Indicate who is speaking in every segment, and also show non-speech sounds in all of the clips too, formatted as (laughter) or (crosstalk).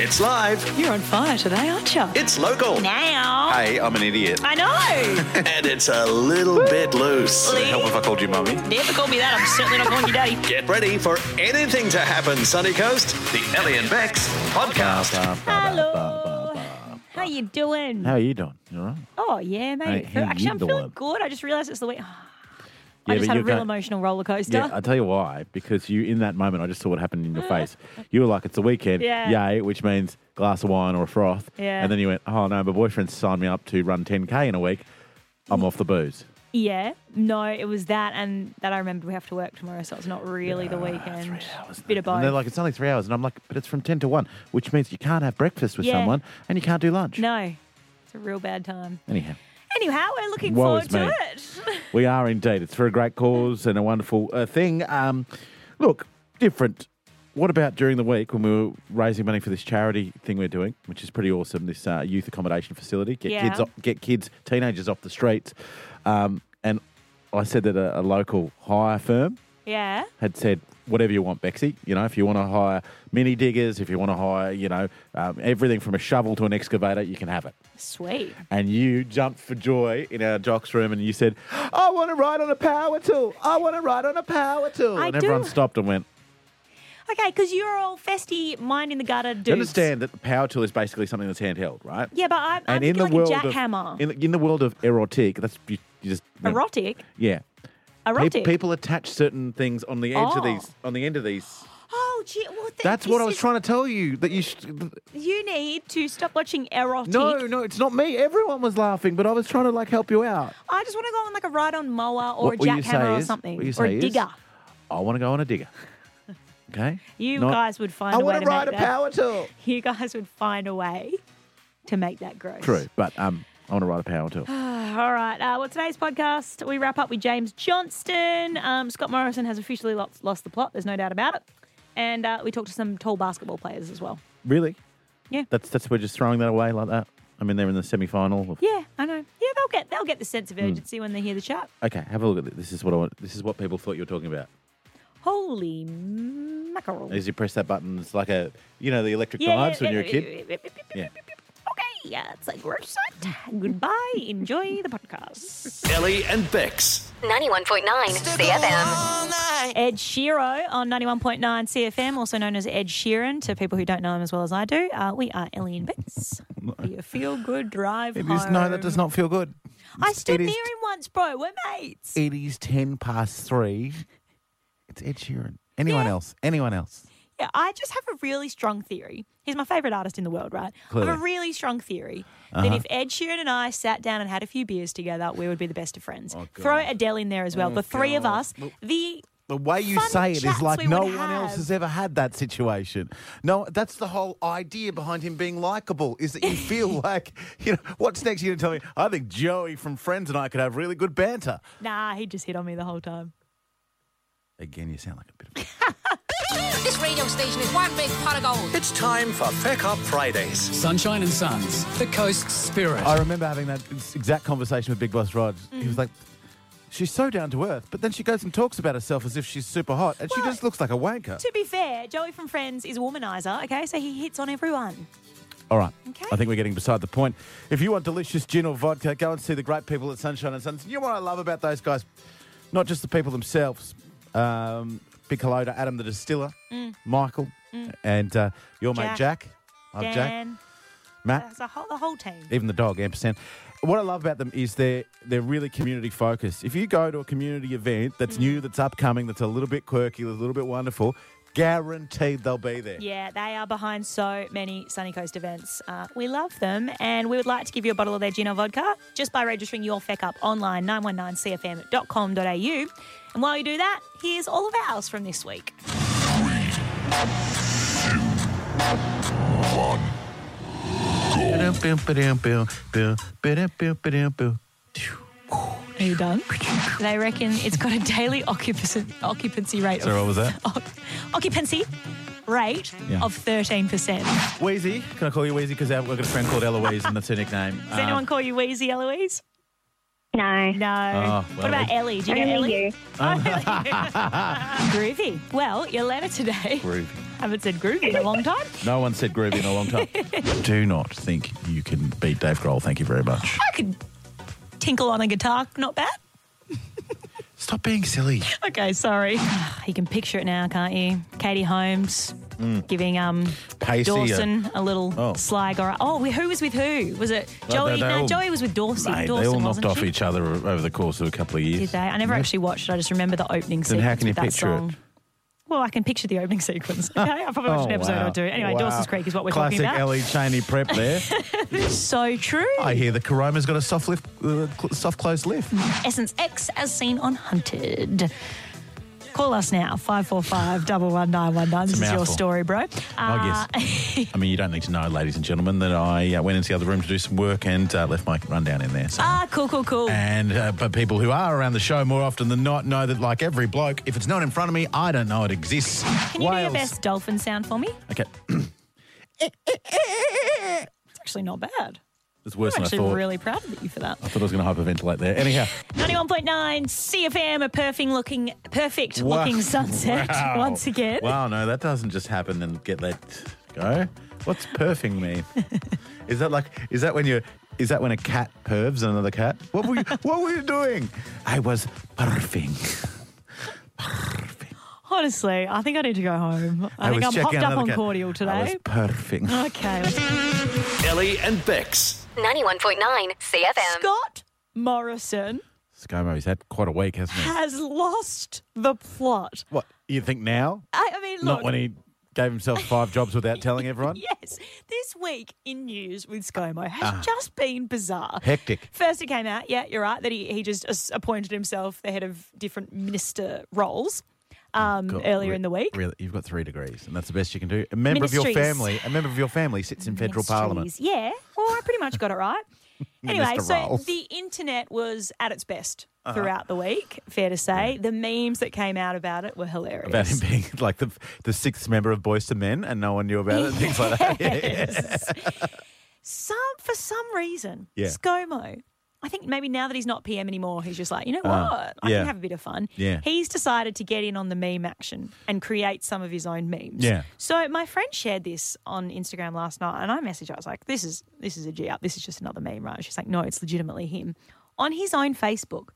Speaker 1: It's live.
Speaker 2: You're on fire today, aren't you?
Speaker 1: It's local.
Speaker 2: Now.
Speaker 1: Hey, I'm an idiot.
Speaker 2: I
Speaker 3: (laughs)
Speaker 2: know.
Speaker 1: And it's a little bit loose.
Speaker 2: Lee.
Speaker 1: Help if I called you mummy.
Speaker 2: Never call me that. I'm certainly not calling you daddy.
Speaker 1: Get ready for anything to happen, Sunny Coast. The Ellie and Bex podcast.
Speaker 2: Hello. How you doing?
Speaker 3: How are you doing? You all right?
Speaker 2: Oh yeah, mate.
Speaker 3: Hey, how
Speaker 2: Actually,
Speaker 3: you
Speaker 2: I'm feeling
Speaker 3: doing?
Speaker 2: good. I just realised it's the week. (sighs)
Speaker 3: Yeah,
Speaker 2: I just
Speaker 3: but
Speaker 2: had a
Speaker 3: you're
Speaker 2: real
Speaker 3: going-
Speaker 2: emotional roller coaster.
Speaker 3: Yeah, I'll tell you why. Because you, in that moment, I just saw what happened in your face. You were like, it's the weekend,
Speaker 2: Uh-huh. Yeah.
Speaker 3: yay, which means glass of wine or a froth.
Speaker 2: Yeah.
Speaker 3: And then you went, oh no, my boyfriend signed me up to run 10K in a week. I'm off the booze.
Speaker 2: Yeah. No, it was that, and that I remembered we have to work tomorrow, so it's not really the weekend. Bit of both.
Speaker 3: And they're like, it's only three hours. And I'm like, but it's from 10 to 1, which means you can't have breakfast with
Speaker 2: Yeah.
Speaker 3: someone and you can't do lunch.
Speaker 2: no, it's a real bad time.
Speaker 3: Anyhow.
Speaker 2: Anyhow, we're looking
Speaker 3: Woe
Speaker 2: forward
Speaker 3: is
Speaker 2: to
Speaker 3: me.
Speaker 2: it. (laughs)
Speaker 3: We are indeed. It's for a great cause and a wonderful uh, thing. Um, look, different. What about during the week when we were raising money for this charity thing we're doing, which is pretty awesome? This uh, youth accommodation facility get
Speaker 2: Yeah.
Speaker 3: kids, off, get kids, teenagers off the streets. Um, and I said that a, a local hire firm
Speaker 2: yeah.
Speaker 3: had said, whatever you want, Bexy. You know, if you want to hire mini diggers, if you want to hire, you know, um, everything from a shovel to an excavator, you can have it
Speaker 2: Sweet.
Speaker 3: and you jumped for joy in our docs room and you said, I want to ride on a power tool. I want to ride on a power tool.
Speaker 2: I
Speaker 3: and everyone
Speaker 2: do.
Speaker 3: stopped and went,
Speaker 2: Okay, because you're all festy, mind in the gutter, dudes.
Speaker 3: You understand that the power tool is basically something that's handheld, right?
Speaker 2: Yeah, but I'm, I'm
Speaker 3: And in the
Speaker 2: thinking
Speaker 3: world
Speaker 2: like a jackhammer.
Speaker 3: of in, the- in the world of erotic, that's you, you just
Speaker 2: erotic.
Speaker 3: Yeah, Pe-
Speaker 2: Erotic.
Speaker 3: people attach certain things on the edge
Speaker 2: Oh.
Speaker 3: of these. On the end of these.
Speaker 2: oh, gee, well, th-
Speaker 3: That's
Speaker 2: this
Speaker 3: what I was
Speaker 2: is-
Speaker 3: trying to tell you. That you. Sh-
Speaker 2: You need to stop watching erotic.
Speaker 3: no, no, it's not me. Everyone was laughing, but I was trying to like help you out.
Speaker 2: I just want to go on like a ride on mower or
Speaker 3: What- what
Speaker 2: a
Speaker 3: you say
Speaker 2: jackhammer or
Speaker 3: is-
Speaker 2: something
Speaker 3: what you
Speaker 2: or
Speaker 3: say
Speaker 2: a
Speaker 3: is-
Speaker 2: digger.
Speaker 3: I want to go on
Speaker 2: (laughs)
Speaker 3: a digger. Okay.
Speaker 2: You
Speaker 3: Not-
Speaker 2: guys would find
Speaker 3: I
Speaker 2: a way
Speaker 3: want
Speaker 2: to
Speaker 3: to ride a
Speaker 2: make that.
Speaker 3: power tool.
Speaker 2: (laughs) You guys would find a way to make that gross.
Speaker 3: True, but um, I want to ride a power tool.
Speaker 2: (gasps) All right. Uh, well, today's podcast, we wrap up with James Johnston. Um, Scott Morrison has officially lost, lost the plot. There's no doubt about it. And uh, we talked to some tall basketball players as well.
Speaker 3: Really?
Speaker 2: Yeah.
Speaker 3: That's that's we're just throwing that away like that. I mean, they're in the semi final.
Speaker 2: Yeah, I know. Yeah, they'll get they'll get the sense
Speaker 3: Hmm.
Speaker 2: of urgency when they hear the chat.
Speaker 3: Okay, have a look at this. This is what I want. This is what people thought you were talking about.
Speaker 2: Holy mackerel!
Speaker 3: As you press that button, it's like a you know the electric vibes when you're a kid. Yeah. Hmm.
Speaker 2: Okay, yeah, it's like we're set.
Speaker 3: (laughs)
Speaker 2: Goodbye. Enjoy the podcast.
Speaker 1: Ellie and Bex.
Speaker 4: 91.9 CFM.
Speaker 2: Ed Sheeran on 91.9 CFM, also known as Ed Sheeran to people who don't know him as well as I do. Uh, we are Ellie and
Speaker 3: (laughs)
Speaker 2: Bits. You feel good drive
Speaker 3: It
Speaker 2: home.
Speaker 3: is no, that does not feel good.
Speaker 2: I stood
Speaker 3: it is-
Speaker 2: near him once, bro. We're mates.
Speaker 3: It is ten past three. It's Ed Sheeran. Anyone else? Anyone else?
Speaker 2: Yeah, I just have a really strong theory. He's my favorite artist in the world, right? I have a
Speaker 3: Clearly.
Speaker 2: really strong theory that if Ed Sheeran and I sat down and had a few beers together, we would be the best of friends. Throw Adele in there as well. the three of us, the
Speaker 5: The way you
Speaker 2: fun
Speaker 5: say it
Speaker 2: chats
Speaker 5: is like
Speaker 2: we
Speaker 5: no
Speaker 2: would
Speaker 5: one else
Speaker 2: have.
Speaker 5: has ever had that situation. No, that's the whole idea behind him being likable is that you feel
Speaker 2: (laughs)
Speaker 5: like, you know, what's next? You're going to tell me, I think Joey from Friends and I could have really good banter.
Speaker 2: nah, he just hit on me the whole time.
Speaker 5: Again, you sound like a
Speaker 2: (laughs)
Speaker 5: bit of
Speaker 6: This radio station is one big pot of gold.
Speaker 1: It's time for Feck Up Fridays.
Speaker 7: Sunshine and Suns, the coast spirit.
Speaker 5: I remember having that exact conversation with Big Boss Rod. He
Speaker 2: Mm.
Speaker 5: was like, she's so down to earth, but then she goes and talks about herself as if she's super hot and she
Speaker 2: Well,
Speaker 5: just looks like a wanker.
Speaker 2: To be fair, Joey from Friends is a womanizer, okay? So he hits on everyone.
Speaker 5: All right.
Speaker 2: Okay.
Speaker 5: I think we're getting beside the point. If you want delicious gin or vodka, go and see the great people at Sunshine and Suns. You know what I love about those guys? Not just the people themselves. Um, big hello to Adam the distiller, Michael, and uh, your mate
Speaker 2: Mm. Jack.
Speaker 5: Jack. Love Jack.
Speaker 2: Dan,
Speaker 5: Matt,
Speaker 2: that's a whole, the whole team.
Speaker 5: even the dog, ampersand. What I love about them is they're they're really community focused. If you go to a community event that's
Speaker 2: Mm.
Speaker 5: new, that's upcoming, that's a little bit quirky, a little bit wonderful, guaranteed they'll be there.
Speaker 2: Yeah, they are behind so many Sunny Coast events. Uh, we love them, and we would like to give you a bottle of their gin or vodka just by registering your feck up online, 919cfm.com.au. And while you do that, here's all of ours from this week. Are you done? They reckon it's got a daily occupancy, occupancy rate
Speaker 5: So what
Speaker 2: of
Speaker 5: was that?
Speaker 2: occupancy rate
Speaker 5: Yeah.
Speaker 2: of 13%.
Speaker 5: Wheezy. Can I call you Wheezy? Because I've got a friend called Eloise and that's her nickname.
Speaker 2: Does anyone
Speaker 3: Uh,
Speaker 2: call you Wheezy, Eloise?
Speaker 8: No.
Speaker 2: No.
Speaker 5: well,
Speaker 3: Oh,
Speaker 2: what about
Speaker 5: we-
Speaker 2: Ellie? Do you get
Speaker 3: (laughs)
Speaker 8: Only
Speaker 2: Ellie?
Speaker 8: you.
Speaker 2: Groovy. Well, your letter today
Speaker 5: Groovy.
Speaker 2: (laughs) Haven't said groovy in a long time.
Speaker 3: Uh, No one said groovy in a long
Speaker 2: (laughs)
Speaker 3: time. Do not think you can beat Dave Grohl. Thank you very much.
Speaker 2: I could tinkle on a guitar, not bad.
Speaker 3: Stop being silly.
Speaker 2: Okay, sorry. (sighs) You can picture it now, can't you? Katie Holmes giving um
Speaker 3: Pacey, Mm. uh,
Speaker 2: Dawson a little
Speaker 3: oh.
Speaker 2: sly guy. Oh, we- who was with who? Was it
Speaker 3: Well,
Speaker 2: Joey?
Speaker 3: they- they
Speaker 2: no,
Speaker 3: all-
Speaker 2: Joey was with Dawson.
Speaker 3: Mate,
Speaker 2: Dawson
Speaker 3: they all knocked
Speaker 2: wasn't
Speaker 3: off
Speaker 2: she?
Speaker 3: each other over the course of a couple of years.
Speaker 2: Did they? I never actually watched it. I just remember the opening
Speaker 3: Then
Speaker 2: sequence.
Speaker 3: how can you
Speaker 2: with that
Speaker 3: picture
Speaker 2: song.
Speaker 3: it?
Speaker 2: Well, I can picture the opening (laughs)
Speaker 3: (laughs)
Speaker 2: sequence. Okay, I probably watched an episode or two. Anyway, Dawson's Creek is what we're
Speaker 3: Oh, Classic
Speaker 2: talking about.
Speaker 3: Ellie Cheney prep
Speaker 2: (laughs)
Speaker 3: there.
Speaker 2: So true.
Speaker 3: I hear the Coroma's got a soft lift, uh, cl- soft close lift.
Speaker 2: Uh, Essence X as seen on Hunted. Call us now, 545 11919. This is your
Speaker 3: mouthful.
Speaker 2: story, bro.
Speaker 3: Oh, yes.
Speaker 2: (laughs)
Speaker 3: I mean, you don't need to know, ladies and gentlemen, that I uh, went into the other room to do some work and uh, left my rundown in there. So.
Speaker 2: Ah, cool, cool, cool.
Speaker 3: and uh, but people who are around the show more often than not know that, like every bloke, if it's not in front of me, I don't know it exists.
Speaker 2: Can you do your best dolphin sound for me?
Speaker 3: Okay,
Speaker 2: It's actually not bad.
Speaker 3: it's worse
Speaker 2: I'm
Speaker 3: than I
Speaker 2: actually
Speaker 3: thought.
Speaker 2: really proud of you for that.
Speaker 3: I thought I was going to hyperventilate there. Anyhow,
Speaker 2: 91.9 CFM, a perfect looking, perfect
Speaker 3: Wow. (laughs)
Speaker 2: looking sunset (laughs)
Speaker 3: Wow.
Speaker 2: once again.
Speaker 3: Wow, no, that doesn't just happen and get let go. What's perfing mean? is that like? Is that when you? Is that when a cat pervs another cat? What were you? what were you doing? I was perfing. (laughs) Perfing.
Speaker 2: Honestly, I think I need to go home. I, think
Speaker 3: was
Speaker 2: I'm
Speaker 3: checking
Speaker 2: hopped up
Speaker 3: another
Speaker 2: on
Speaker 3: cat.
Speaker 2: cordial
Speaker 3: I was
Speaker 2: today.
Speaker 3: (laughs) perfing.
Speaker 2: Okay.
Speaker 1: Ellie and Bex.
Speaker 6: 91.9 CFM.
Speaker 2: Scott Morrison
Speaker 3: ScoMo's had quite a week, hasn't he?
Speaker 2: has lost the plot.
Speaker 3: (laughs) What you think now?
Speaker 2: I, I mean, look.
Speaker 3: (laughs) Not when he gave himself five jobs without telling (laughs) everyone.
Speaker 2: Yes, this week in news with ScoMo has just been bizarre.
Speaker 3: Ah. Hectic.
Speaker 2: First, it came out, yeah, you're right, that he, he just as- appointed himself the head of different minister roles um,
Speaker 3: God,
Speaker 2: earlier
Speaker 3: re-
Speaker 2: in the week.
Speaker 3: Really, you've got three degrees, and that's the best you can do. A member of your
Speaker 2: Ministries.
Speaker 3: family, a member of your family sits in federal parliament.
Speaker 2: Ministries, Yeah, well, I pretty much got it right. anyway,
Speaker 3: (laughs) Minister Uh-huh.
Speaker 2: so
Speaker 3: roles.
Speaker 2: the internet was at its best throughout the week, fair to say. The memes that came out about it were hilarious.
Speaker 3: About him being (laughs) like the the sixth member of Boys to Men, and no one knew about it. and Things like (laughs) that. Yeah, yeah.
Speaker 2: Yes. some for some reason,
Speaker 3: Yeah.
Speaker 2: ScoMo. I think maybe now that he's not PM anymore, he's just like, you know what? I
Speaker 3: Ah, yeah.
Speaker 2: can have a bit of fun.
Speaker 3: Yeah.
Speaker 2: He's decided to get in on the meme action and create some of his own memes.
Speaker 3: Yeah.
Speaker 2: So my friend shared this on Instagram last night and I messaged her. I was like, this is this is a G up. This is just another meme, right? She's like, no, it's legitimately him. On his own Facebook,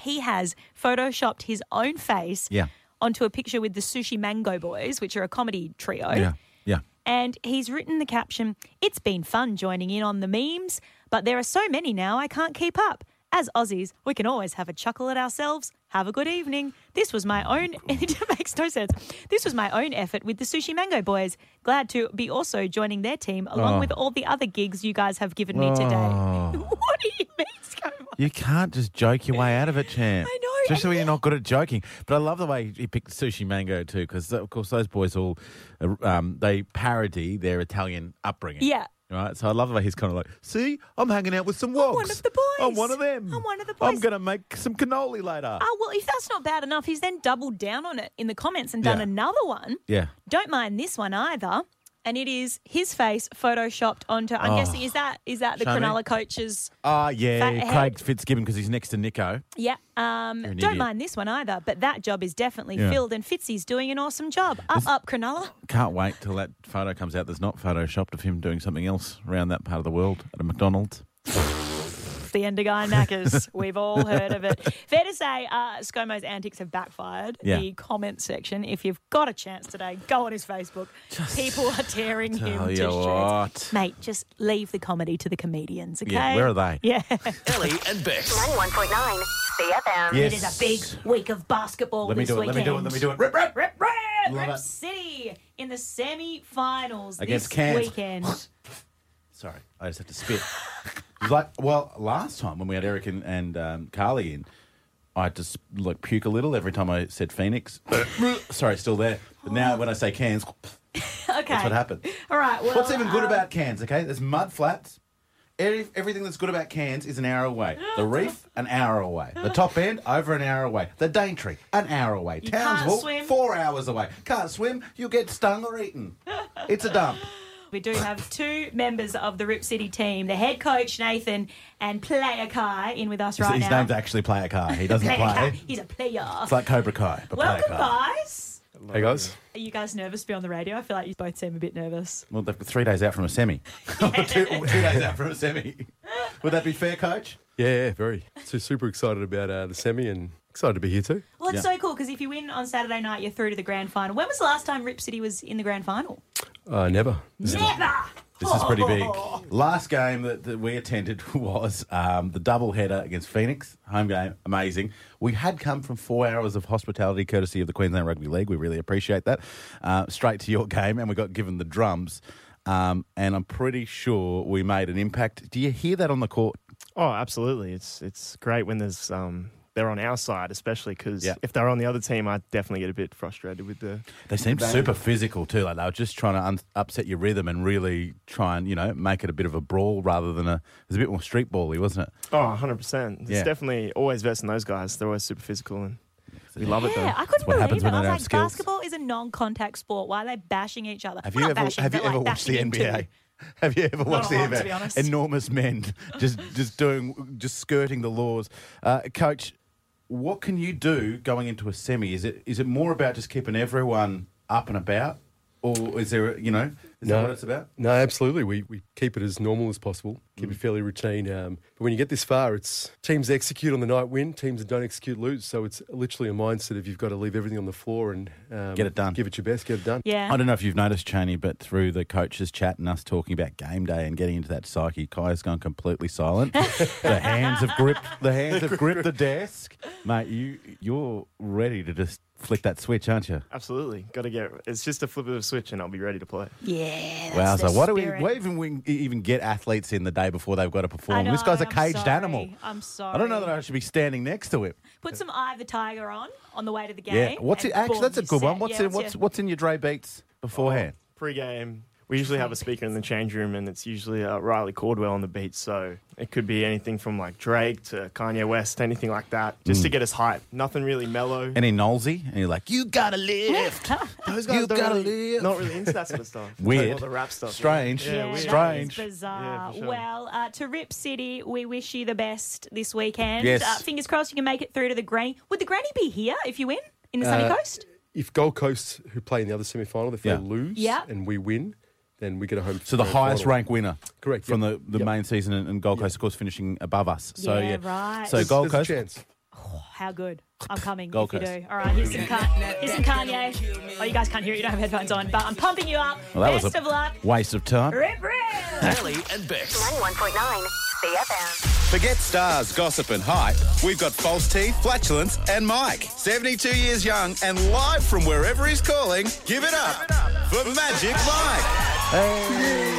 Speaker 2: he has photoshopped his own face
Speaker 3: Yeah.
Speaker 2: onto a picture with the Sushi Mango Boys, which are a comedy trio.
Speaker 3: yeah, yeah.
Speaker 2: And he's written the caption It's been fun joining in on the memes, but there are so many now I can't keep up. As Aussies, we can always have a chuckle at ourselves. Have a good evening. This was my own. (laughs) it makes no sense. This was my own effort with the Sushi Mango Boys. Glad to be also joining their team along with all the other gigs you guys have given me today. (laughs) What do you mean, Scomo?
Speaker 3: You can't just joke your way out of it, champ.
Speaker 2: I know,
Speaker 3: Especially
Speaker 2: and
Speaker 3: when you're not good at joking. But I love the way he picked sushi mango too, because of course those boys all uh, um, they parody their Italian upbringing.
Speaker 2: Yeah.
Speaker 3: Right, so I love the way he's kind of like, see, I'm hanging out with some wogs.
Speaker 2: one of the boys.
Speaker 3: I'm one of them.
Speaker 2: I'm one of the
Speaker 3: I'm
Speaker 2: boys."
Speaker 3: gonna make some cannoli later.
Speaker 2: Oh, well, if that's not bad enough, he's then doubled down on it in the comments and done
Speaker 3: Yeah.
Speaker 2: another one.
Speaker 3: Yeah.
Speaker 2: Don't mind this one either. And it is his face photoshopped onto.
Speaker 3: Oh.
Speaker 2: I'm guessing is that is that the
Speaker 3: Show me.
Speaker 2: Cronulla coach's?
Speaker 3: Ah,
Speaker 2: Fat
Speaker 3: yeah,
Speaker 2: head.
Speaker 3: Craig Fitzgibbon because he's next to Nico.
Speaker 2: Yeah. Um,
Speaker 3: You're
Speaker 2: don't
Speaker 3: an idiot.
Speaker 2: mind this one either. But that job is definitely
Speaker 3: Yeah.
Speaker 2: filled, and Fitzy's doing an awesome job. Up, up, Cronulla.
Speaker 3: Can't wait till that photo comes out. There's not photoshopped of him doing something else around that part of the world at a McDonald's.
Speaker 2: It's the end of Guy and
Speaker 3: (laughs)
Speaker 2: Macca's. We've all heard of it. Fair to say, uh, ScoMo's antics have backfired.
Speaker 3: Yeah.
Speaker 2: The comment section. If you've got a chance today, go on his Facebook. People are tearing him to shreds. Mate, just leave the comedy to the comedians, okay?
Speaker 3: Yeah, where are they?
Speaker 2: Yeah.
Speaker 1: Ellie and Bex.
Speaker 6: 91.9 CFM.
Speaker 2: It
Speaker 3: Yes.
Speaker 2: is a big week of basketball
Speaker 3: Let me
Speaker 2: this
Speaker 3: do it.
Speaker 2: weekend.
Speaker 3: Let me do it. Let me do it. Rip, rip.
Speaker 2: Rip, rip,
Speaker 3: Love
Speaker 2: Rip
Speaker 3: it.
Speaker 2: City in the semi-finals
Speaker 3: Against
Speaker 2: this
Speaker 3: Cairns.
Speaker 2: weekend.
Speaker 3: Sorry, I just had to spit. (laughs) It's like, well, last time when we had Eric and, and um, Carly in, I had to s- like puke a little every time I said Phoenix. (coughs) Sorry, still there. But now when I say Cairns,
Speaker 2: (laughs)
Speaker 3: (coughs)
Speaker 2: okay.
Speaker 3: that's what happened.
Speaker 2: All right. Well,
Speaker 3: What's even good
Speaker 2: uh,
Speaker 3: about Cairns? Okay, there's mud flats. Every, everything that's good about Cairns is an hour away. The reef, an hour away. The top end, over an hour away. The Daintree, an hour away.
Speaker 2: can't
Speaker 3: Townsville,
Speaker 2: swim.
Speaker 3: four hours away. Can't swim, you get stung or eaten. It's a dump.
Speaker 2: we do have two members of the Rip City team, the head coach Nathan and player Kai, in with us right
Speaker 3: His
Speaker 2: now.
Speaker 3: name's actually Player Car. He doesn't
Speaker 2: Player Kai.
Speaker 3: play.
Speaker 2: He's a player.
Speaker 3: It's like Cobra Kai, but
Speaker 2: Welcome,
Speaker 3: Player Kai.
Speaker 2: guys.
Speaker 9: Hey guys,
Speaker 2: Are you guys nervous to be on the radio? I feel like you both seem a bit nervous.
Speaker 3: Well, they've got three days out from a semi. two, (laughs) two days out from a semi. (laughs) Would that be fair, coach?
Speaker 9: yeah, very. So super excited about uh, the semi and excited to be here too.
Speaker 2: Well, it's so cool because if you win on Saturday night, you're through to the grand final. When was the last time Rip City was in the grand final?
Speaker 9: Uh, never.
Speaker 2: Never. Oh.
Speaker 3: This is pretty (laughs) big. Last game that, that we attended (laughs) was um, the double header against Phoenix. Home game, amazing. We had come from four hours of hospitality courtesy of the Queensland Rugby League. We really appreciate that. Uh, straight to your (laughs) game, and we got given the drums. Um, and I'm pretty sure we made an impact. Do you hear that on the court?
Speaker 10: Oh, absolutely. It's it's great when there's um they're on our side, especially because
Speaker 3: Yeah.
Speaker 10: if they're on the other team, I definitely get a bit frustrated with
Speaker 3: (laughs)
Speaker 10: the.
Speaker 3: They seemed super physical too. Like they were just trying to un- upset your rhythm and really try and you know make it a bit of a brawl rather than a. It was a bit more street bally, wasn't it?
Speaker 10: Oh, 100 percent. It's
Speaker 3: Yeah.
Speaker 10: definitely always best in those guys. They're always super physical and we love it
Speaker 2: Yeah,
Speaker 10: though.
Speaker 2: I couldn't
Speaker 3: what
Speaker 2: believe
Speaker 3: happens
Speaker 2: it.
Speaker 3: when
Speaker 2: I
Speaker 3: they
Speaker 2: was
Speaker 3: don't
Speaker 2: like,
Speaker 3: have skills.
Speaker 2: basketball is a non-contact sport. Why are they bashing each other?
Speaker 3: Have
Speaker 2: Well,
Speaker 3: you
Speaker 2: not
Speaker 3: ever
Speaker 2: bashing,
Speaker 3: have you
Speaker 2: but,
Speaker 3: ever
Speaker 2: like,
Speaker 3: watched the
Speaker 2: bashing into.
Speaker 3: NBA? (laughs) Have you ever watched the
Speaker 2: lot, to be
Speaker 3: NBA?
Speaker 2: honest.
Speaker 3: Enormous men just just doing just skirting the laws. Uh, Coach, what can you do going into a semi? Is it is it more about just keeping everyone up and about, or is there a- you know is that what it's about? Mm.
Speaker 9: No, absolutely. We, we keep it as normal as possible, keep it fairly routine. Um, but when you get this far, it's teams that execute on the night win, teams that don't execute lose. So it's literally a mindset of you've got to leave everything on the floor and um,
Speaker 3: Get it done.
Speaker 9: Give it your best, get it done.
Speaker 2: Yeah.
Speaker 3: I don't know if you've noticed, Cheney, but through the coaches' chat and us talking about game day and getting into that psyche, Kai's gone
Speaker 2: (laughs)
Speaker 3: completely silent. the hands have gripped. The hands have gripped the desk, mate. You you're ready to just flick that switch, aren't you?
Speaker 10: Absolutely, got to get. It's just a flip of a switch, and I'll be ready to play.
Speaker 2: Yeah.
Speaker 3: Wow,
Speaker 2: that's the
Speaker 3: so why do we,
Speaker 2: spirit.
Speaker 3: why even we e, even get athletes in the day before they've got to
Speaker 2: I
Speaker 3: perform? this guy's a
Speaker 2: know, I'm
Speaker 3: caged
Speaker 2: sorry.
Speaker 3: animal.
Speaker 2: I'm sorry.
Speaker 3: I don't know that I should be standing next to him.
Speaker 2: Put some Eye of the Tiger on on the way to the game.
Speaker 3: Yeah, what's
Speaker 2: eh? and
Speaker 3: it? Actually,
Speaker 2: boom,
Speaker 3: that's a
Speaker 2: you're
Speaker 3: good one.
Speaker 2: set.
Speaker 3: What's
Speaker 2: Yeah,
Speaker 3: in what's what's in your Dre beats beforehand?
Speaker 10: Pre-game, we usually have a speaker in the change room, and it's usually uh, Riley Cordwell on the beat. So it could be anything from like Drake to Kanye West, anything like that, just to get us hype. Nothing really mellow.
Speaker 3: Any Nolsey? Mm. And you're like, you
Speaker 2: (laughs)
Speaker 3: gotta lift.
Speaker 10: Those
Speaker 3: you
Speaker 10: don't
Speaker 3: gotta
Speaker 10: really,
Speaker 3: live.
Speaker 10: Not really into that sort
Speaker 3: (laughs)
Speaker 10: of stuff.
Speaker 3: Weird.
Speaker 10: All the rap stuff.
Speaker 3: Strange.
Speaker 10: Yeah,
Speaker 2: Yeah,
Speaker 10: weird.
Speaker 3: Strange.
Speaker 2: That is bizarre.
Speaker 10: Yeah, for sure.
Speaker 2: Well, uh, to Rip City, we wish you the best this weekend.
Speaker 3: Yes.
Speaker 2: Uh, fingers crossed you can make it through to the granny. Would the granny be here if you win in
Speaker 3: Uh,
Speaker 2: the sunny coast?
Speaker 9: If Gold Coast, who play in the other semi final, if
Speaker 3: Yeah.
Speaker 9: they lose
Speaker 2: Yeah.
Speaker 9: and we win, then we get a home.
Speaker 3: So the
Speaker 9: grand
Speaker 3: highest
Speaker 9: final.
Speaker 3: ranked winner,
Speaker 9: Correct,
Speaker 3: from
Speaker 9: yep.
Speaker 3: the, the
Speaker 9: Yep.
Speaker 3: main season, and, and Gold Coast, of course, finishing above us. So
Speaker 2: Yeah,
Speaker 3: yeah,
Speaker 2: right.
Speaker 3: So
Speaker 2: There's-
Speaker 3: Gold
Speaker 9: There's
Speaker 3: Coast,
Speaker 9: a chance.
Speaker 2: How good. I'm coming
Speaker 3: Gold
Speaker 2: if you
Speaker 3: Coast.
Speaker 2: do. All right, here's some, Ka- here's some Kanye. Oh, you guys can't hear it. You don't have headphones on, but I'm pumping you up.
Speaker 3: Well, that was
Speaker 2: best
Speaker 3: a-
Speaker 2: of luck.
Speaker 3: waste of time.
Speaker 2: Rip, rip.
Speaker 1: Ellie and Bex.
Speaker 6: 91.9 CFM.
Speaker 11: Forget stars, gossip, and hype. We've got false teeth, flatulence, and Mike. 72 years young and live from wherever he's calling. Give it up for Magic Mike.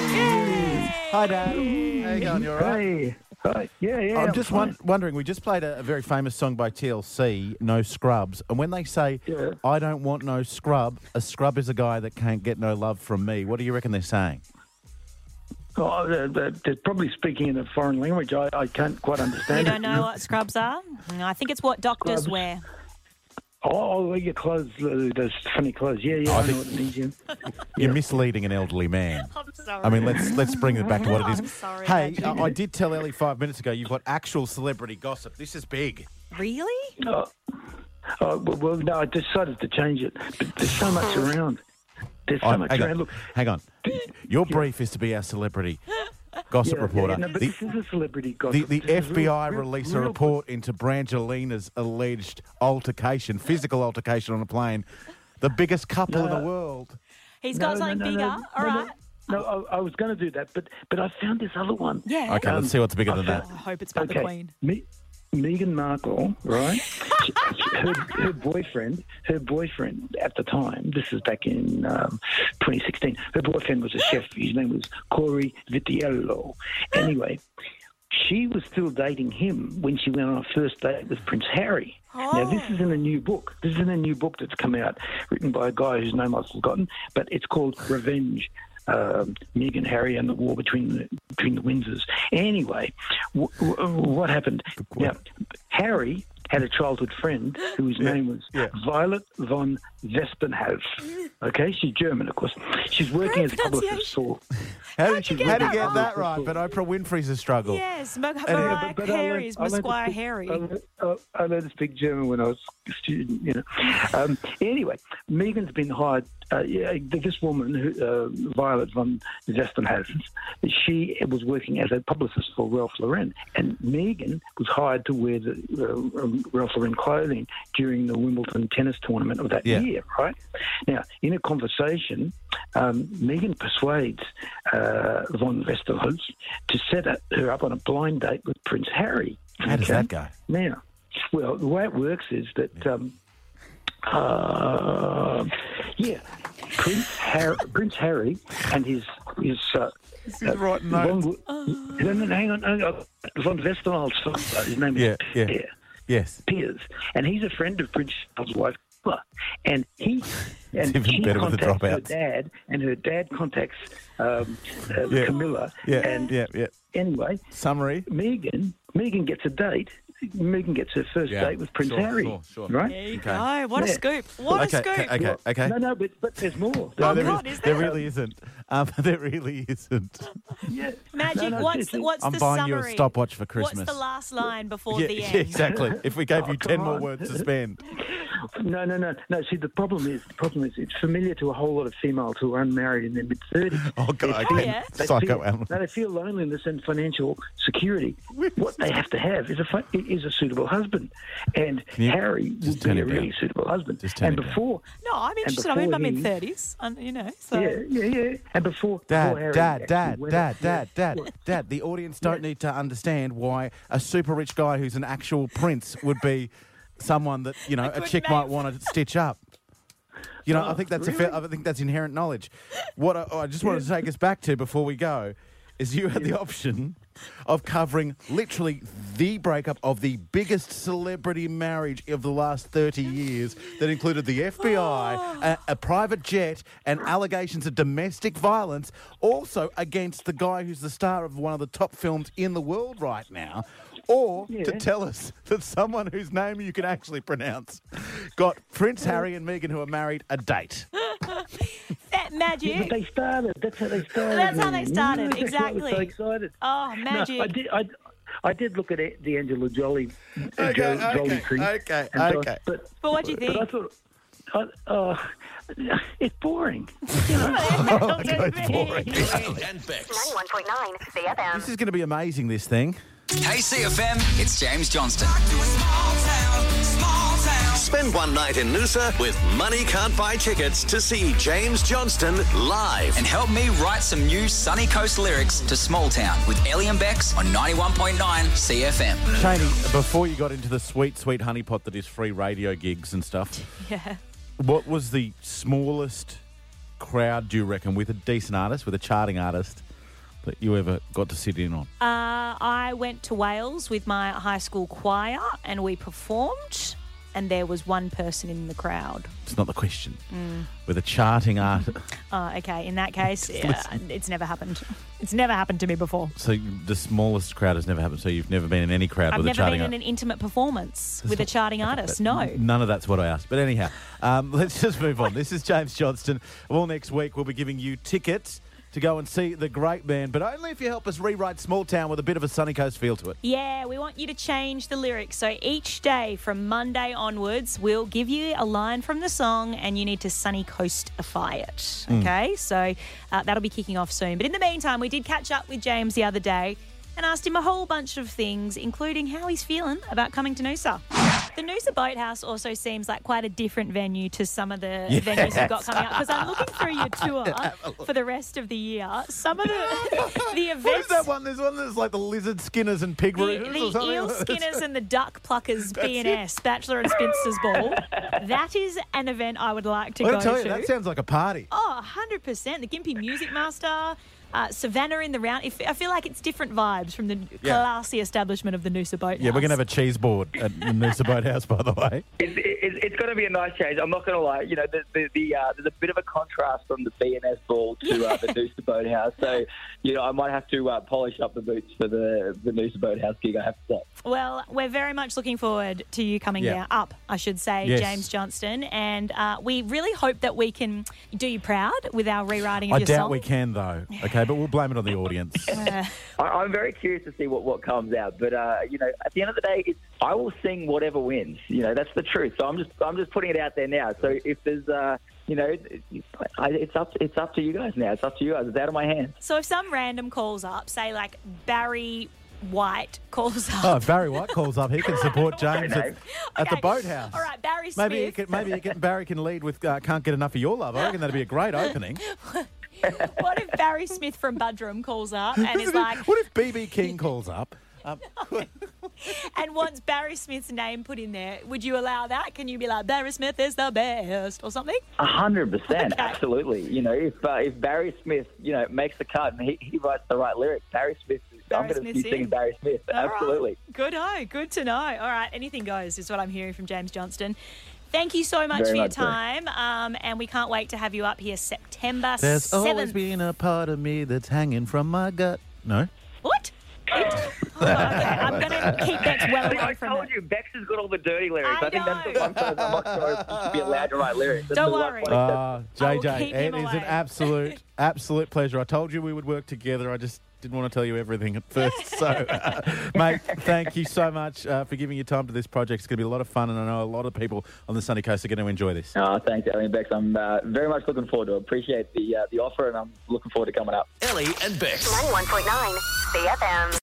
Speaker 3: Hi, Dad. How you going? You all right?
Speaker 12: Hey, hi. Yeah, yeah.
Speaker 3: I'm just won- wondering. We just played a, a very famous song by TLC, "No Scrubs," and when they say,
Speaker 12: Yeah.
Speaker 3: "I don't want no scrub," a scrub is a guy that can't get no love from me. What do you reckon they're saying?
Speaker 12: Oh, they're, they're, they're probably speaking in a foreign language. I, I can't quite
Speaker 2: You
Speaker 12: understand.
Speaker 2: don't
Speaker 12: it.
Speaker 2: know what scrubs are? No, I think it's what doctors
Speaker 12: Scrubs.
Speaker 2: wear.
Speaker 12: Oh, oh, your clothes, uh, those funny clothes. Yeah, yeah. I know what it means. Yeah. (laughs)
Speaker 3: You're misleading an elderly man.
Speaker 2: I'm sorry.
Speaker 3: I mean, let's let's bring it back to what it is.
Speaker 2: I'm sorry,
Speaker 3: hey,
Speaker 2: Magic.
Speaker 3: I, I did tell Ellie five minutes ago. You've got actual celebrity gossip. This is big.
Speaker 2: really?
Speaker 12: Oh, well, well, no, I decided to change it. But there's so much
Speaker 2: Oh.
Speaker 12: around. There's so
Speaker 3: Oh,
Speaker 12: much
Speaker 3: hang
Speaker 12: around.
Speaker 3: on.
Speaker 12: Look,
Speaker 3: Hang on. Your brief is to be our
Speaker 12: (laughs)
Speaker 3: celebrity gossip
Speaker 12: yeah,
Speaker 3: reporter.
Speaker 12: yeah, no, but
Speaker 3: The-
Speaker 12: this is a celebrity
Speaker 3: The,
Speaker 12: gossip.
Speaker 3: the
Speaker 12: This is real-
Speaker 3: FBI
Speaker 12: real-
Speaker 3: released a
Speaker 12: real-
Speaker 3: report into Brangelina's alleged altercation, physical altercation on a plane. The biggest couple in the world.
Speaker 2: He's
Speaker 12: No,
Speaker 2: got
Speaker 12: no,
Speaker 2: something
Speaker 12: no, no,
Speaker 2: bigger.
Speaker 12: no,
Speaker 2: All right.
Speaker 12: No, no, I, I was going to do that, but but I found this other one. Um,
Speaker 2: Yeah.
Speaker 3: Okay, let's see what's bigger than that.
Speaker 2: I hope it's about the Queen.
Speaker 12: Me- Meghan Markle, right? She- she- her, her boyfriend, her boyfriend at the time, this is back in um, 2016. Her boyfriend was a chef. His name was Corey Vitiello. Anyway, she was still dating him when she went on her first date with Prince Harry. Now,
Speaker 2: Oh.
Speaker 12: this is in a new book. This is in a new book that's come out, written by a guy whose name I've forgotten, but it's called Revenge. Um, Meghan Harry and the war between the, between the Windsors. Anyway, w- w- what happened? Now, Harry had a childhood friend whose name was Violet von Vespenhof. Okay, she's German, of course. She's working as a publicist for.
Speaker 3: How did
Speaker 12: you
Speaker 3: you
Speaker 12: get
Speaker 3: how did you
Speaker 12: that
Speaker 3: get
Speaker 12: wrong?
Speaker 3: that right? But Oprah Winfrey's a struggle.
Speaker 2: Yes, Mar-
Speaker 3: Anyway,
Speaker 2: Mariah
Speaker 12: but I learned-
Speaker 2: Carey is
Speaker 12: I learned to
Speaker 2: Squire
Speaker 12: speak-
Speaker 2: Harry.
Speaker 12: I learned, I- uh, I learned to speak German when I was a student, you know. Um, anyway, Megan's been hired. Uh, yeah, this woman, who, uh, Violet von Zestenhausen, she was working as a publicist for Ralph Lauren, and Megan was hired to wear the uh, um, Ralph Lauren clothing during the Wimbledon tennis tournament of that
Speaker 13: Yeah.
Speaker 12: year, right? Now, in a conversation, um, Megan persuades uh, von Westerholz to set up- her up on a blind date with Prince Harry.
Speaker 3: How does that go?
Speaker 12: Now, well, the way it works is that, um, uh, yeah, Prince, Har- Prince Harry and his his. Uh,
Speaker 3: is right
Speaker 12: notes. no, no, no, hang on, hang on. Von Westerholz, his name is
Speaker 3: yeah.
Speaker 12: Pierre.
Speaker 3: Yes.
Speaker 12: Piers, and he's a friend of Prince Charles' wife, Camilla. and he and
Speaker 3: even
Speaker 12: she
Speaker 3: better with the
Speaker 12: contacts her
Speaker 3: dropouts.
Speaker 12: dad, and her dad contacts um, uh,
Speaker 3: Yeah.
Speaker 12: Camilla,
Speaker 3: Yeah,
Speaker 12: and
Speaker 3: yeah, yeah.
Speaker 12: anyway,
Speaker 3: summary.
Speaker 12: Megan, Megan gets a date. Megan gets her first
Speaker 3: Yeah,
Speaker 12: date with Prince
Speaker 3: sure,
Speaker 12: Harry,
Speaker 3: sure, sure.
Speaker 12: right?
Speaker 3: There you go. Okay.
Speaker 2: what a scoop. What
Speaker 3: okay,
Speaker 2: a scoop.
Speaker 3: okay, okay, okay.
Speaker 12: No, no, but, but there's more.
Speaker 3: No, there,
Speaker 12: There's
Speaker 3: is-
Speaker 12: more.
Speaker 3: there really isn't. Um, (laughs) there really isn't.
Speaker 12: Yeah.
Speaker 2: Magic,
Speaker 12: No, no,
Speaker 2: what's,
Speaker 12: seriously.
Speaker 2: what's
Speaker 3: I'm
Speaker 2: the
Speaker 3: buying
Speaker 2: summary?
Speaker 3: you a stopwatch for Christmas.
Speaker 2: What's the last line before
Speaker 3: yeah,
Speaker 2: the
Speaker 3: (laughs) yeah,
Speaker 2: end?
Speaker 3: exactly. If we gave you ten
Speaker 12: come
Speaker 3: more
Speaker 12: on.
Speaker 3: words to spend,
Speaker 12: No, no, no, no. See, the problem is, the problem is, it's familiar to a whole lot of females who are unmarried in their mid thirties.
Speaker 3: (laughs) Oh, God, okay.
Speaker 12: They feel,
Speaker 3: Psychoanalyst.
Speaker 12: no, they feel loneliness and financial security. What they have to have is a fi- is a suitable husband, and Harry would be
Speaker 3: turn
Speaker 12: a
Speaker 3: it down.
Speaker 12: really suitable husband.
Speaker 3: turn
Speaker 12: and
Speaker 3: it down.
Speaker 12: before,
Speaker 2: No, I'm interested. I'm in
Speaker 12: before
Speaker 2: my mid
Speaker 12: he-
Speaker 2: 30s, um, you know. So.
Speaker 12: yeah, yeah, yeah, and before, before
Speaker 3: Dad,
Speaker 12: Harry
Speaker 3: Dad,
Speaker 12: actually
Speaker 3: Dad,
Speaker 12: went-
Speaker 3: Dad, Dad, Dad, Dad. The audience don't need to understand why a super rich guy who's an actual prince would be someone that you know a
Speaker 2: good
Speaker 3: chick
Speaker 2: man.
Speaker 3: might want to stitch up. You know, I
Speaker 12: Oh,
Speaker 3: think that's a fair,
Speaker 12: really?
Speaker 3: I think that's inherent knowledge. What I, I just wanted to take us back to before we go is you had the option of covering literally the breakup of the biggest celebrity marriage of the last 30 years that included the FBI, a, a private jet, and allegations of domestic violence, also against the guy who's the star of one of the top films in the world right now. Or to
Speaker 12: Yeah.
Speaker 3: tell us that someone whose name you can actually pronounce got Prince Harry and Meghan, who are married, a date.
Speaker 2: That Eh, magic.
Speaker 12: Yeah, but they started. That's how they started.
Speaker 2: That's how they
Speaker 12: man.
Speaker 2: started,
Speaker 12: Yeah, (laughs) that's why I was
Speaker 2: exactly.
Speaker 12: so excited.
Speaker 2: Oh,
Speaker 12: No,
Speaker 2: magic.
Speaker 12: I did. I, I did look at it, the Angela Jolie,
Speaker 3: Okay,
Speaker 12: jo-
Speaker 3: okay,
Speaker 12: Jolie thing.
Speaker 3: okay,
Speaker 12: and so-
Speaker 3: okay.
Speaker 12: but,
Speaker 2: but what do you think? (laughs)
Speaker 12: but I thought, I, uh, it's boring.
Speaker 3: Oh,
Speaker 1: Ellie and Bex.
Speaker 6: 91.9 CFM.
Speaker 3: This is going to be amazing, this thing.
Speaker 7: Hey CFM, it's James Johnston.
Speaker 1: Spend one night in Noosa with Money Can't Buy Tickets to see James Johnston live.
Speaker 7: And help me write some new Sunny Coast lyrics to Small Town with Ellie and Bex on 91.9 CFM.
Speaker 3: Cheney, before you got into the sweet, sweet honeypot that is free radio gigs and stuff,
Speaker 2: (laughs) yeah.
Speaker 3: what was the smallest crowd, do you reckon, with a decent artist, with a charting artist, that you ever got to sit in on?
Speaker 2: Uh, I went to Wales with my high school choir and we performed, and there was one person in the crowd.
Speaker 3: It's not the question.
Speaker 2: Mm.
Speaker 3: With a charting artist.
Speaker 2: Uh, okay, in that
Speaker 3: (laughs)
Speaker 2: case, yeah, it's never happened. It's never happened to me before.
Speaker 3: so the smallest crowd has never happened. So you've never been in any crowd
Speaker 2: I've
Speaker 3: with a
Speaker 2: never
Speaker 3: charting
Speaker 2: been in
Speaker 3: artist.
Speaker 2: an intimate performance with a charting artist. No.
Speaker 3: None of that's what I asked. But anyhow, um, (laughs) let's just move on. This is James Johnston. Well, next week we'll be giving you tickets to go and see the great man, but only if you help us rewrite Small Town with a bit of a sunny coast feel to it.
Speaker 2: Yeah, we want you to change the lyrics. So each day from Monday onwards, we'll give you a line from the song and you need to Sunny Coastify it.
Speaker 3: Hmm.
Speaker 14: Mm.
Speaker 2: Okay, so uh, that'll be kicking off soon. But in the meantime, we did catch up with James the other day and asked him a whole bunch of things, including how he's feeling about coming to Noosa. The Noosa Boathouse also seems like quite a different venue to some of the
Speaker 14: Yes.
Speaker 2: venues we've got coming up because I'm looking through
Speaker 3: (laughs)
Speaker 2: your tour for the rest of the year. Some of the, the events.
Speaker 3: What is that one? There's one that's like the lizard skinners and pig
Speaker 2: The,
Speaker 3: roosters or
Speaker 2: the
Speaker 3: something. (laughs)
Speaker 2: eel
Speaker 3: like that.
Speaker 2: skinners and the duck pluckers
Speaker 3: That's it.
Speaker 2: B&S Bachelor and Spinster's
Speaker 3: (laughs)
Speaker 2: Ball. That is an event I would like to
Speaker 3: I
Speaker 2: go
Speaker 3: gotta tell
Speaker 2: to.
Speaker 3: you, that sounds like a party.
Speaker 2: Oh, 100%. The Gimpy Music Master, Uh, Savannah in the round. If, I feel like it's different vibes from the
Speaker 3: Yeah.
Speaker 2: classy establishment of the Noosa Boat.
Speaker 3: Yeah, we're going to have a cheese board at the Noosa Boathouse, by the way.
Speaker 12: It's, it's, it's going to be a nice change. I'm not going to lie. You know, the, the, the, uh, there's a bit of a contrast from the BNS ball
Speaker 2: (laughs)
Speaker 12: to uh, the Noosa Boathouse. So, you know, I might have to uh, polish up the boots for the, the Noosa Boathouse gig, I have to say.
Speaker 2: Well, we're very much looking forward to you coming
Speaker 12: Yeah.
Speaker 2: down up, I should say,
Speaker 12: Yes.
Speaker 2: James Johnston, and uh, we really hope that we can do you proud with our rewriting of
Speaker 3: I
Speaker 2: your
Speaker 3: doubt
Speaker 2: song. (laughs)
Speaker 3: we can, though. Okay, but we'll blame it on the audience.
Speaker 2: Uh,
Speaker 12: I, I'm very curious to see what, what comes out. But, uh, you know, at the end of the day, it's, I will sing whatever wins. You know, that's the truth. So I'm just, I'm just putting it out there now. So if there's, uh, you know, I, it's, up, it's up to you guys now. It's up to you guys. It's out of my hands.
Speaker 2: so if some random calls up, say like Barry White calls up. (laughs)
Speaker 3: Oh, Barry White calls up. He can support James at, at the
Speaker 2: Okay.
Speaker 3: boathouse.
Speaker 2: All right, Barry Smith.
Speaker 3: Maybe you can, maybe you can, Barry can lead with uh, "Can't Get Enough of Your Love." I reckon that'd be a great
Speaker 2: (laughs)
Speaker 3: opening.
Speaker 2: what if Barry Smith from Budrum calls up and
Speaker 3: (laughs)
Speaker 2: is like,
Speaker 3: what if BB King calls up? Um,
Speaker 2: and wants Barry Smith's name put in there? Would you allow that? Can you be like, Barry Smith is the best or something?
Speaker 12: A hundred percent, absolutely. You know, if uh, if Barry Smith, you know, makes the cut and he, he writes the right lyrics, Barry Smith.
Speaker 2: Barry
Speaker 12: I'm going
Speaker 2: Smith's
Speaker 12: to sing
Speaker 2: in.
Speaker 12: Barry Smith.
Speaker 2: All right.
Speaker 12: absolutely.
Speaker 2: Good oh, good to know. All right, anything goes is what I'm hearing from James Johnston. Thank you so much
Speaker 3: Very
Speaker 2: for your
Speaker 3: much so.
Speaker 2: time, um, and we can't wait to have you up here September
Speaker 3: There's always
Speaker 2: seventh.
Speaker 3: been a part of me that's hanging from my gut.
Speaker 2: (laughs)
Speaker 3: No. (laughs)
Speaker 2: What? Oh, I'm going to keep Bex well away from
Speaker 12: told you, Bex has got all the dirty lyrics. I, think that's the one time I'm not sure if you should be allowed to
Speaker 2: (laughs)
Speaker 12: write lyrics. That's
Speaker 2: Don't
Speaker 12: the one
Speaker 2: worry.
Speaker 12: point that-
Speaker 3: Ah, JJ,
Speaker 2: keep
Speaker 3: it
Speaker 2: him
Speaker 3: is
Speaker 2: (laughs)
Speaker 3: an
Speaker 2: away.
Speaker 3: absolute, absolute pleasure. I told you we would work together. I just didn't want to tell you everything at
Speaker 2: (laughs)
Speaker 3: first. So, (laughs) uh, mate, thank you so much uh, for giving your time to this project. It's going to be a lot of fun, and I know a lot of people on the sunny coast are going to enjoy this.
Speaker 12: Oh, thanks, Ellie and Bex. I'm uh, very much looking forward to it. Appreciate the uh, the offer, and I'm looking forward to coming up.
Speaker 6: Ellie and Bex.
Speaker 15: 91.9 CFM.